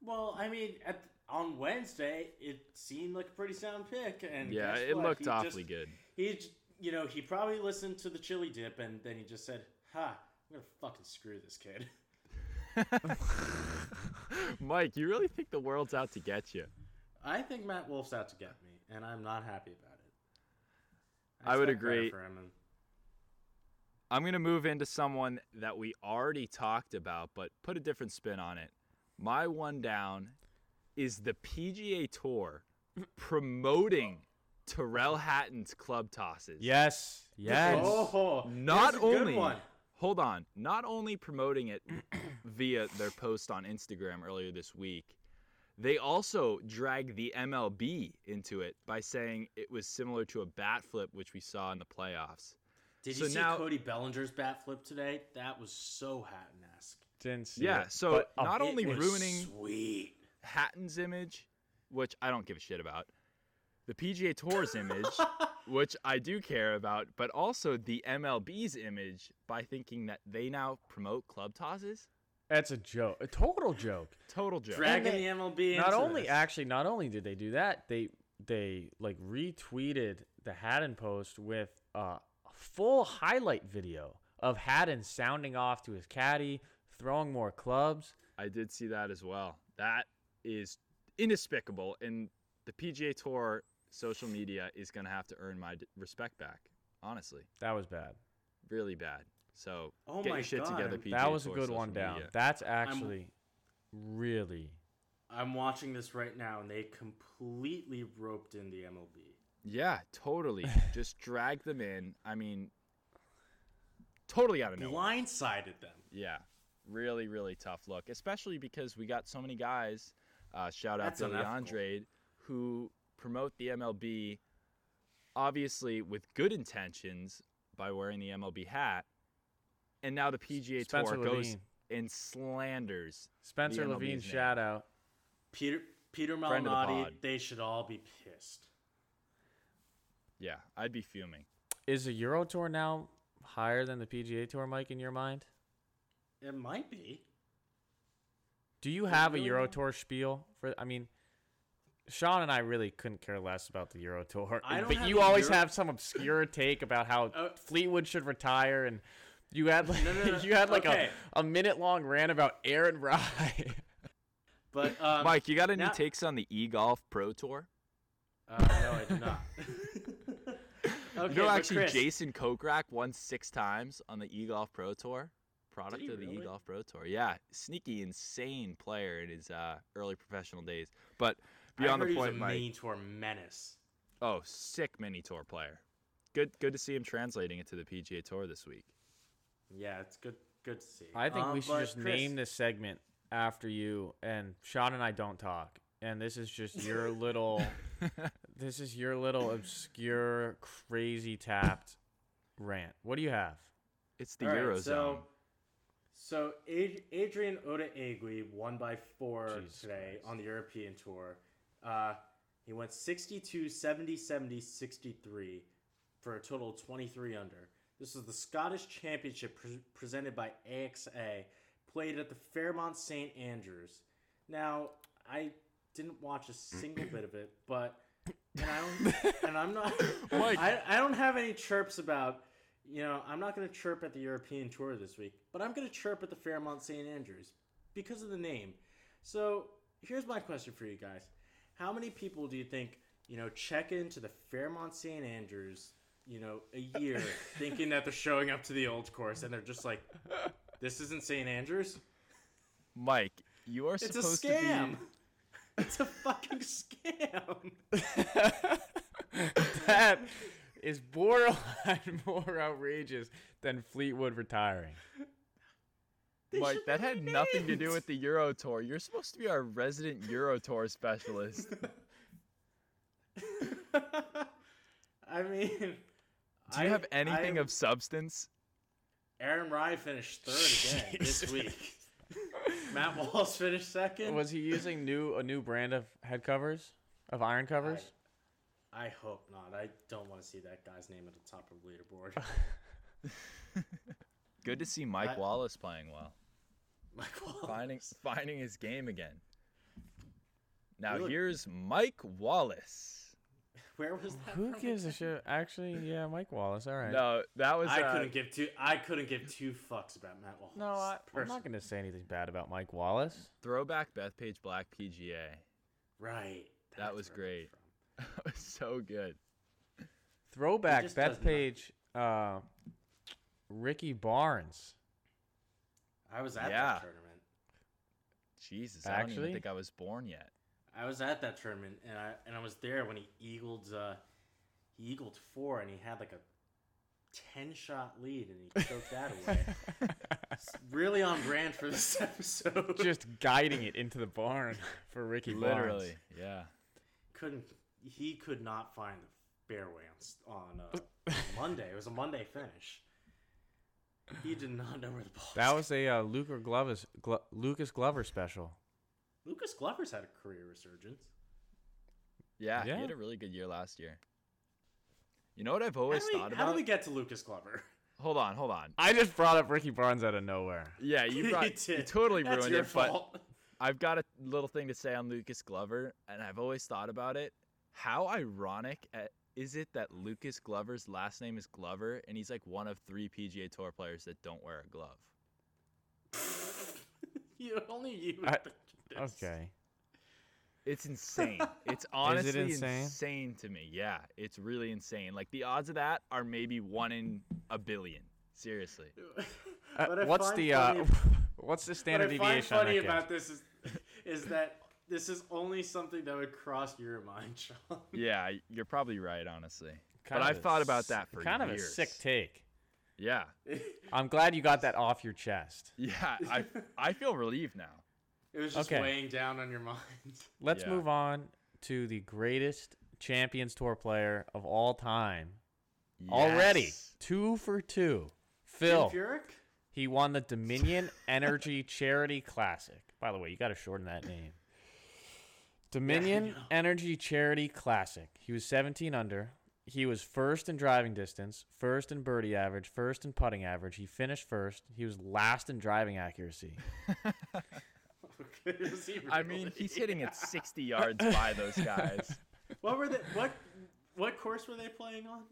Well, I mean, at, on Wednesday, it seemed like a pretty sound pick, and Yeah, guess it what? looked He awfully just- good. He, j- you know, he probably listened to the chili dip, and then he just said, "Ha, I'm gonna fucking screw this kid." Mike, you really think the world's out to get you? I think Matt Wolf's out to get me, and I'm not happy about it. I would expect better agree. for him, and- I'm going to move into someone that we already talked about, but put a different spin on it. My one down is the PGA Tour promoting Terrell Hatton's club tosses. Yes. Yes. Oh, Not here's a good only one. hold on, not only promoting it via their post on Instagram earlier this week, they also dragged the MLB into it by saying it was similar to a bat flip, which we saw in the playoffs. Did So you see now- Cody Bellinger's bat flip today? That was so Hatton esque. Didn't see Yeah, it, so but oh, a not only ruining sweet. Hatton's image, which I don't give a shit about, the PGA Tour's image, which I do care about, but also the MLB's image by thinking that they now promote club tosses. That's a joke. A total joke. Total joke. Dragging they- the MLB. not into only this. actually, not only did they do that, they they like retweeted the Haddon post with a full highlight video of Haddon sounding off to his caddy, throwing more clubs. I did see that as well. That is inexplicable, and the PGA Tour social media is going to have to earn my d- respect back. Honestly, That was bad. really bad. So Oh get my your shit God, together, I'm- PGA that was a Tour good social one down. media. That's actually really I'm watching this right now, and they completely roped in the MLB. Yeah, totally. Just drag them in. I mean, totally out of nowhere. Blindsided them. Yeah, really, really tough look, especially because we got so many guys. Uh, shout out That's to unethical. Leandre who promote the MLB, obviously with good intentions by wearing the MLB hat, and now the PGA Spencer Tour goes Levine. and slanders Spencer MLB's Levine name. shout out. Peter Peter Friend of the Malnati, pod. they should all be pissed. Yeah, I'd be fuming. Is the Euro Tour now higher than the PGA Tour, Mike? In your mind, It might be. do you Is it have a really Euro now? Tour spiel for? I mean, Sean and I really couldn't care less about the Euro Tour, I don't but have you a always Euro- have some obscure take about how Uh, Fleetwood should retire, and you had like No, no, no. you had like Okay. a, a minute long rant about Aaron Rye. But um, Mike, you got any now- takes on the eGolf Pro Tour? Uh, no, I do not. okay, you know, but actually, Chris, Jason Kokrak won six times on the eGolf Pro Tour. Product he of the really? eGolf Pro Tour. Yeah, sneaky, insane player in his uh, early professional days. But I beyond heard the he was point, a Mike. mean tour menace. Oh, sick mini tour player. Good, good to see him translating it to the PGA Tour this week. Yeah, it's good. Good to see. I think Um, we should but just Chris, name this segment after you and Sean and I don't talk. And this is just your little this is your little obscure crazy tapped rant. What do you have? It's the all right, Eurozone. So, so Ad- Adrian Odoegui won by four Jesus today Christ. on the European Tour. Uh, he went 62, 70, 70, 63 for a total of 23 under. This is the Scottish Championship pre- presented by AXA, played at the Fairmont St. Andrews. Now, I didn't watch a single bit of it, but and I don't, and I'm not Mike. I, I don't have any chirps about you know, I'm not going to chirp at the European Tour this week, but I'm going to chirp at the Fairmont St. Andrews because of the name. So here's my question for you guys: How many people do you think you know check into the Fairmont St. Andrews, you know, a year thinking that they're showing up to the old course and they're just like, "This isn't St. Andrews. Mike, you are It's a supposed scam. to be. It's a fucking scam." That is borderline more outrageous than Fleetwood retiring. They Mike, should that be had nothing to do named. with the Euro Tour. You're supposed to be our resident Euro Tour specialist. I mean, Do you have anything of substance? Aaron Rye finished third again this week. Matt Walls finished second. Was he using new a new brand of head covers? Of iron covers? I hope not. I don't want to see that guy's name at the top of the leaderboard. Good to see Mike I- Wallace playing well, Mike Wallace. finding finding his game again. Now Really? here's Mike Wallace. Where was that? Who from gives a again? shit? Actually, yeah, Mike Wallace. All right. No, that was. I uh, couldn't give two. I couldn't give two fucks about Matt Wallace. No, I, I'm personally. not going to say anything bad about Mike Wallace. Throwback Bethpage Black PGA. Right. That that's was where it great. from. That was so good. Throwback just does Beth not. Page, uh, Ricky Barnes. I was at Yeah. that tournament. Jesus, I don't even Actually? think I was born yet. I was at that tournament, and I and I was there when he eagled. Uh, he eagled four, and he had like a ten shot lead, and he choked that away. It's really on brand for this episode. Just guiding it into the barn for Ricky Literally, yeah. couldn't. He could not find the fairway on s- on uh, Monday. It was a Monday finish. He did not know where the ball. That was a uh, Lucas Glover Glo- Lucas Glover special. Lucas Glover's had a career resurgence. yeah, Yeah. He had a really good year last year. You know what I've always how do we, thought how about? do we get to Lucas Glover? Hold on, hold on. I just brought up Ricky Barnes out of nowhere. Yeah, you, brought, you totally That's ruined your it. But fault. I've got a little thing to say on Lucas Glover, and I've always thought about it. How ironic uh, is it that Lucas Glover's last name is Glover, and he's like one of three PGA Tour players that don't wear a glove? you only you. I- think this. Okay. It's insane. It's honestly insane? insane to me. Yeah, it's really insane. Like the odds of that are maybe one in a billion. Seriously. Uh, What I what's find the uh, funny- what's the what standard I find deviation? on funny that about guess? this is, is that this is only something that would cross your mind, Sean. Yeah, you're probably right, honestly. Kind but of I've a thought about s- that for kind of a years. sick take. Yeah, It I'm glad you got that off your chest. yeah. I I feel relieved now. was just Okay. weighing down on your mind. Let's Yeah. move on to the greatest Champions Tour player of all time. Already Yes. two for two. Phil Phil, Furyk? he won the Dominion Energy Charity Classic. By the way, you got to shorten that name. Dominion know. Energy Charity Classic. He was 17 under. He was first in driving distance, first in birdie average, first in putting average. He finished first. He was last in driving accuracy. Is he I mean, really? he's hitting it 60 yards by those guys. What were they? What what course were they playing on?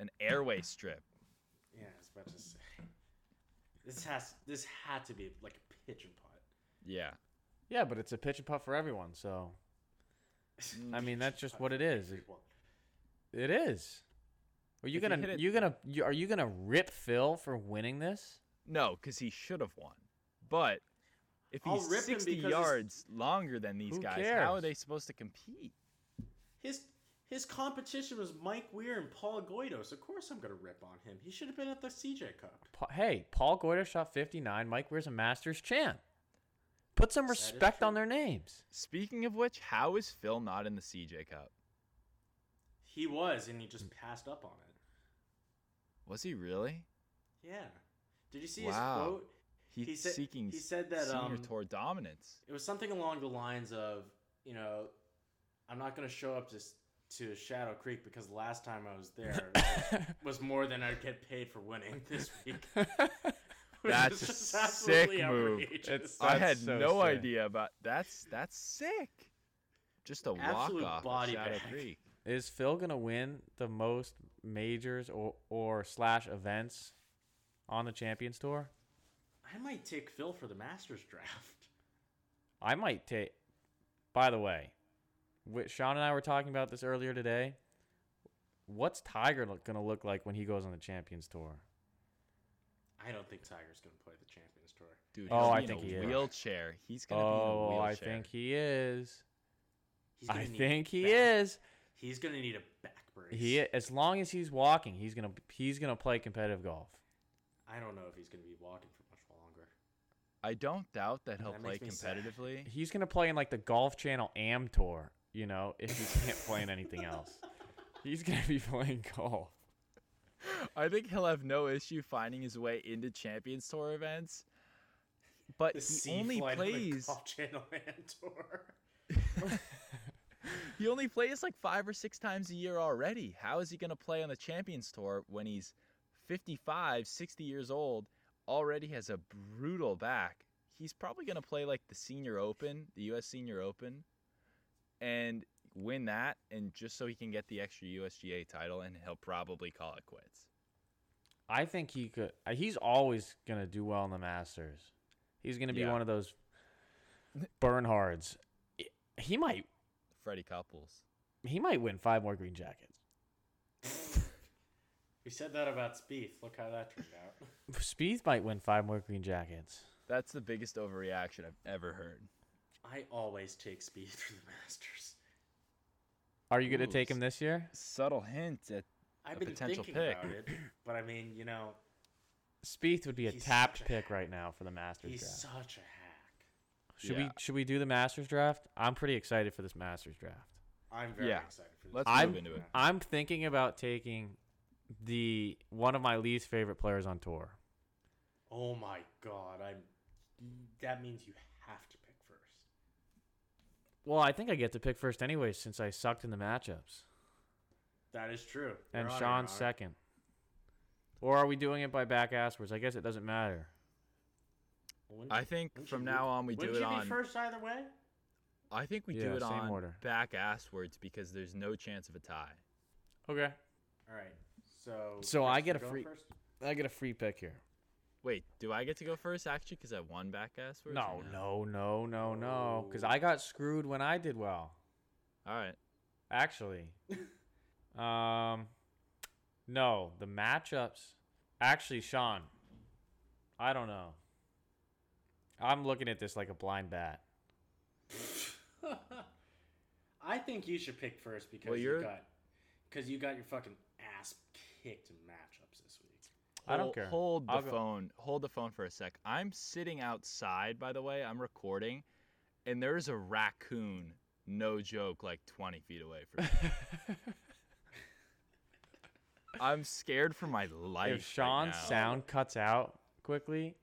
An airway strip. Yeah, I was about to say. This has this had to be like a pigeon putt. Yeah. Yeah, but it's a pitch and putt for everyone. So, I mean, that's just what it is. It, Well, it is. Are you If he gonna hit it- you gonna you, are you gonna rip Phil for winning this? No, because he should have won. But if I'll he's rip him 60 because it's- yards longer than these Who guys, how are cares? they supposed to compete? His his competition was Mike Weir and Paul Goidos. Of course, I'm gonna rip on him. He should have been at the CJ Cup. Pa- hey, Paul Goiter shot 59. Mike Weir's a Masters champ. Put some That is respect on true. their names. Speaking of which, how is Phil not in the CJ Cup? He was, and he just passed up on it. Was he really? Yeah. Did you see Wow. his quote? He's He said- seeking he said that, senior um, tour dominance. It was something along the lines of, you know, I'm not gonna show up to s- to Shadow Creek because last time I was there was more than I'd get paid for winning this week. Which That's is a just sick absolutely move. outrageous. I That's had so no sick. idea about that's that's sick. Just a walk Absolute off body Shadow bag. Creek. Is Phil gonna win the most majors or or slash events on the Champions Tour? I might take Phil for the Masters draft. I might take. By the way, wh- Sean and I were talking about this earlier today. What's Tiger look, gonna look like when he goes on the Champions Tour? I don't think Tiger's going to play the Champions Tour. Dude, Oh, he'll I be think in a he is. wheelchair. He's gonna be in Oh, a I wheelchair. think he is. He's I gonna need think he back- is. He's going to need a back brace. He as long as he's walking, he's gonna he's gonna play competitive golf. I don't know if he's going to be walking for much longer. I don't doubt that he'll That play makes me sad. competitively. He's gonna play in like the Golf Channel Am Tour, you know, if he can't play in anything else. He's gonna be playing golf. I think he'll have no issue finding his way into Champions Tour events. But The he sea only flight on the plays Golf Channel and Tour. he only plays like 5 or 6 times a year already. How is he going to play on the Champions Tour when he's 55, 60 years old, already has a brutal back? He's probably going to play like the Senior Open, the US Senior Open and win that and just so he can get the extra USGA title and he'll probably call it quits. I think he could. uh, He's always gonna do well in the Masters. He's gonna be Yeah. one of those Bernhards. I- He might. Freddie Couples. He might win five more green jackets. We said that about Spieth. Look how that turned out. Spieth might win five more green jackets. That's the biggest overreaction I've ever heard. I always take Spieth for the Masters. Are you gonna Ooh, take s- him this year? Subtle hint at I've A been potential thinking pick. about it, but I mean, you know, Spieth would be a He's tapped such a- pick right now for the Masters he's draft. such a hack. Should Yeah. we should we do the Masters draft? I'm pretty excited for this Masters draft. I'm very Yeah. excited for this. Let's I'm- move into it. I'm thinking about taking the one of my least favorite players on tour. Oh my god, I'm. That means you have to pick first. Well, I think I get to pick first anyway since I sucked in the matchups. That is true. You're and on it, Sean's Ron. second. Or are we doing it by back asswards? I guess it doesn't matter. Well, wouldn't- I think wouldn't from you- now on we do wouldn't it you be on- first either way. I think we Yeah, do it same on order. back ass words because there's no chance of a tie. Okay. All right. So. So I Chris, get you're a going free- I get a free pick here. Wait, do I get to go first actually because I won back ass words? No, or no, no, no, no. Because I got screwed when I did well. All right. Actually. um no, the matchups actually Sean. I don't know. I'm looking at this like a blind bat. first? I think you should pick first because Well, you you're- got because you got your fucking ass kicked in matchups this week. I don't Hol- care. Hold the I'll go- phone. Hold the phone for a sec. I'm sitting outside, by the way. I'm recording, and there's a raccoon, no joke, like 20 feet away from me. I'm scared for my life. right if Sean's now. sound cuts out quickly,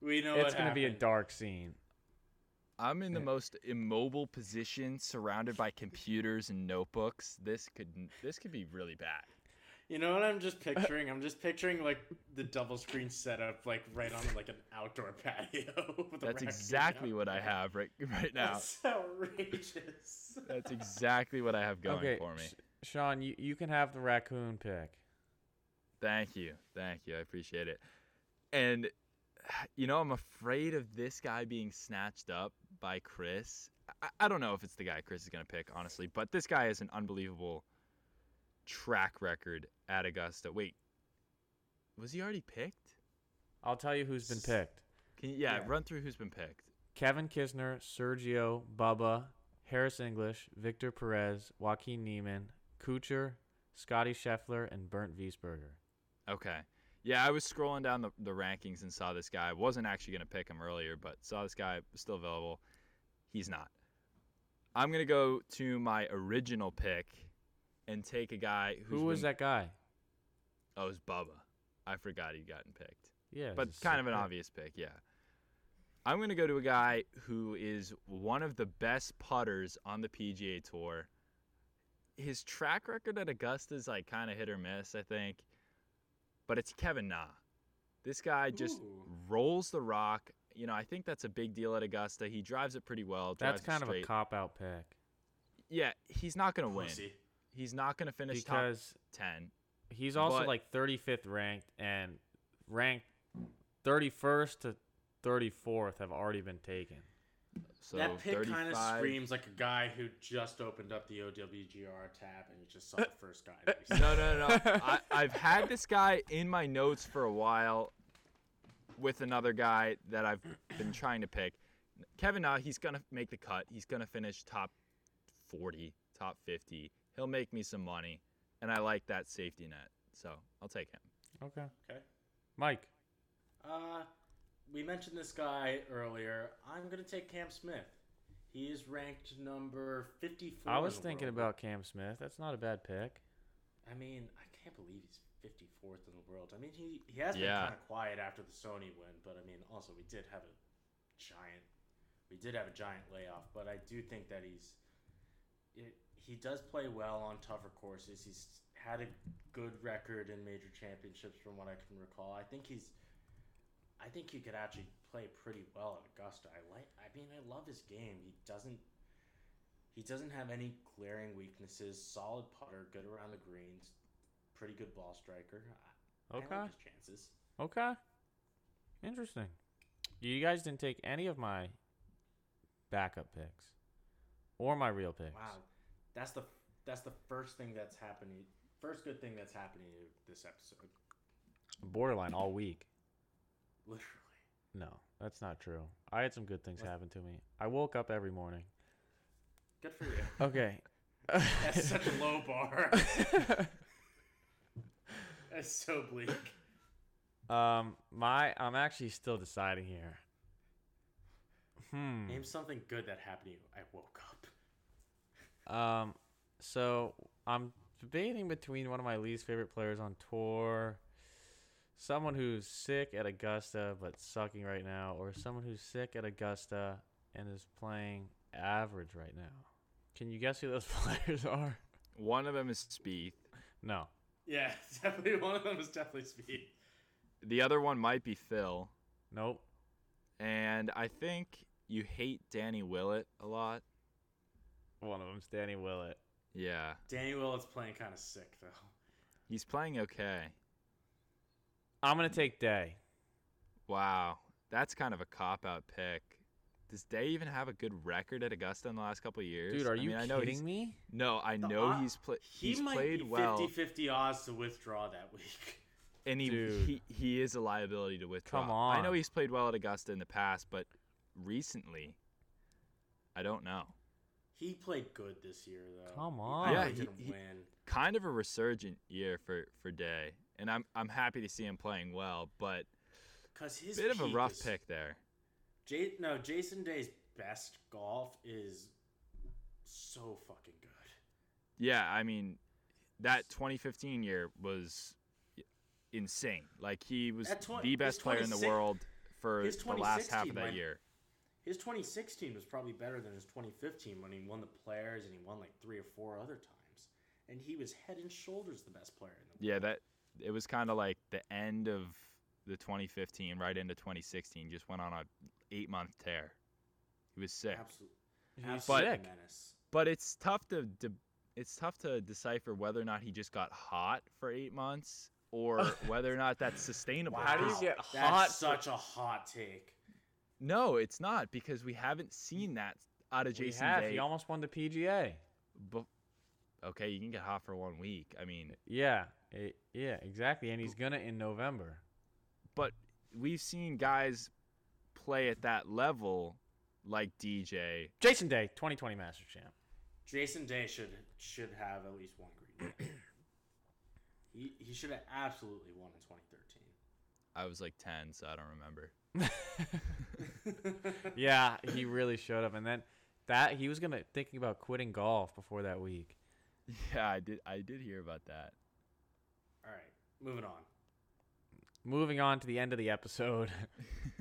We know it's what gonna be a happened. dark scene. I'm in the most immobile position, surrounded by computers and notebooks. This could this could be really bad. You know what I'm just picturing? I'm just picturing like the double screen setup, like right on like an outdoor patio. with a That's raccoon exactly out what I there. have right right now. That's outrageous. That's exactly what I have going okay, for me. Sh- Sean, you, you can have the raccoon pick. Thank you. Thank you. I appreciate it. And you know, I'm afraid of this guy being snatched up by Chris. I, I don't know if it's the guy Chris is going to pick, honestly, but this guy has an unbelievable track record at Augusta. Wait, was he already picked? I'll tell you who's been picked. Can you, yeah, Yeah. run through who's been picked. Kevin Kisner, Sergio, Bubba, Harris English, Victor Perez, Joaquin Neiman, Kuchar, Scotty Scheffler, and Bernd Wiesberger. Okay. Yeah, I was scrolling down the, the rankings and saw this guy. Wasn't actually going to pick him earlier, but saw this guy was still available. He's not. I'm going to go to my original pick and take a guy who's Who was been- that guy? Oh, it was Bubba. I forgot he'd gotten picked. Yeah, But just kind a of an pick. obvious pick, yeah. I'm going to go to a guy who is one of the best putters on the PGA Tour. His track record at Augusta is like kind of hit or miss, I think. But it's Kevin Na. This guy just Ooh. rolls the rock. You know, I think that's a big deal at Augusta. He drives it pretty well. That's drives it kind of a straight. cop out pick Yeah, he's not going to win. Pussy. He's not going to finish because top 10. he's also But- like 35th ranked and ranked 31st to 34th have already been taken. So that pick kind of 35. screams like a guy who just opened up the OWGR tab and just saw the first guy. That he No, no, no. no. I, I've had this guy in my notes for a while with another guy that I've been trying to pick. Kevin Na, he's going to make the cut. He's going to finish top 40, top 50. He'll make me some money. And I like that safety net. So I'll take him. Okay. Okay. Mike. Uh, we mentioned this guy earlier. I'm gonna take Cam Smith. He is ranked number 54. I in was the thinking world. about Cam Smith. That's not a bad pick. I mean, I can't believe he's 54th in the world. I mean, he he has been Yeah. kind of quiet after the Sony win, but I mean, also we did have a giant, we did have a giant layoff. But I do think that he's, it, he does play well on tougher courses. He's had a good record in major championships, from what I can recall. I think he's, I think he could actually play pretty well at Augusta. I like, I mean, I love his game. He doesn't he doesn't have any glaring weaknesses. Solid putter, good around the greens, pretty good ball striker. I, I Okay. like his chances. Okay. Interesting. You guys didn't take any of my backup picks or my real picks. Wow, that's the that's the first thing that's happening. First good thing that's happening this episode. Borderline all week. Literally, No, that's not true. I had some good things What? happen to me. I woke up every morning. good for you. Okay. That's such a low bar. that's so bleak. um my I'm actually still deciding here. Hmm. Name something good that happened to you. I woke up. Um, so I'm debating between one of my least favorite players on tour, someone who's sick at Augusta but sucking right now, or someone who's sick at Augusta and is playing average right now. Can you guess who those players are? One of them is Spieth. No. Yeah, definitely one of them was definitely speed. The other one might be Phil. Nope. And I think you hate Danny Willett a lot. One of them's Danny Willett. Yeah. Danny Willett's playing kind of sick though. He's playing okay. I'm gonna take Day. Wow, that's kind of a cop out pick. Does Day even have a good record at Augusta in the last couple of years? Dude, are I you mean, I know kidding he's- me? No, I The know odd- he's played. He he's might played be well, 50-50 odds to withdraw that week. and he, Dude. he he is a liability to withdraw. Come I know on. he's played well at Augusta in the past, but recently, I don't know. He played good this year, though. Come He on. Yeah, probably he- didn't he- win. Kind of a resurgent year for for Day, and I'm I'm happy to see him playing well, but Cause his bit of a peak rough is- pick there. J- no, Jason Day's best golf is so fucking good. Yeah, I mean, that 2015 year was insane. Like he was That twen- the best his player in the 26 world for his the last half 2016 of that might- year. His 2016 was probably better than his 2015 when he won the players and he won like three or four other times. And he was head and shoulders the best player in the Yeah, that it was kind of like the end of the 2015, right into 2016. Just went on a eight month tear. He was sick. Absolute, He's absolute sick. menace. But it's tough to de- it's tough to decipher whether or not he just got hot for eight months or whether or not that's sustainable. How do you because- get That's hot? such a hot take. No, it's not because we haven't seen that out of we Jason have. Day. He almost won the PGA. bef- okay, you can get hot for one week. I mean, Yeah, it- yeah, exactly. And he's gonna in November. but we've seen guys play at that level like DJ. Jason Day, 2020 Masters champ. Jason Day should should have at least one green. jacket. he he should have absolutely won in 2013. I was like 10, so I don't remember. Yeah, he really showed up. And then that he was gonna thinking about quitting golf before that week. Yeah, I did I did hear about that. All right, moving on. Moving on to the end of the episode.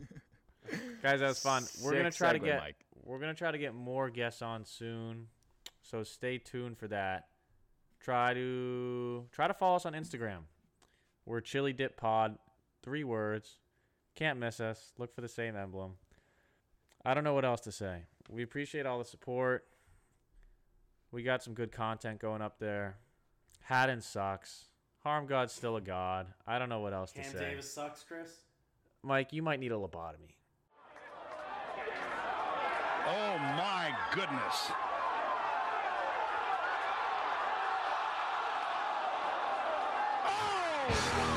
Guys, that was fun. We're gonna Sick try to segue, get Mike. we're gonna try to get more guests on soon. So stay tuned for that. Try to try to follow us on Instagram. We're Chili Dip Pod, three words. Can't miss us. Look for the same emblem. I don't know what else to say. We appreciate all the support. We got some good content going up there. Haddon sucks. Harm God's still a god. I don't know what else Cam to say. Davis sucks, Chris. Mike, you might need a lobotomy. Oh my goodness. Oh!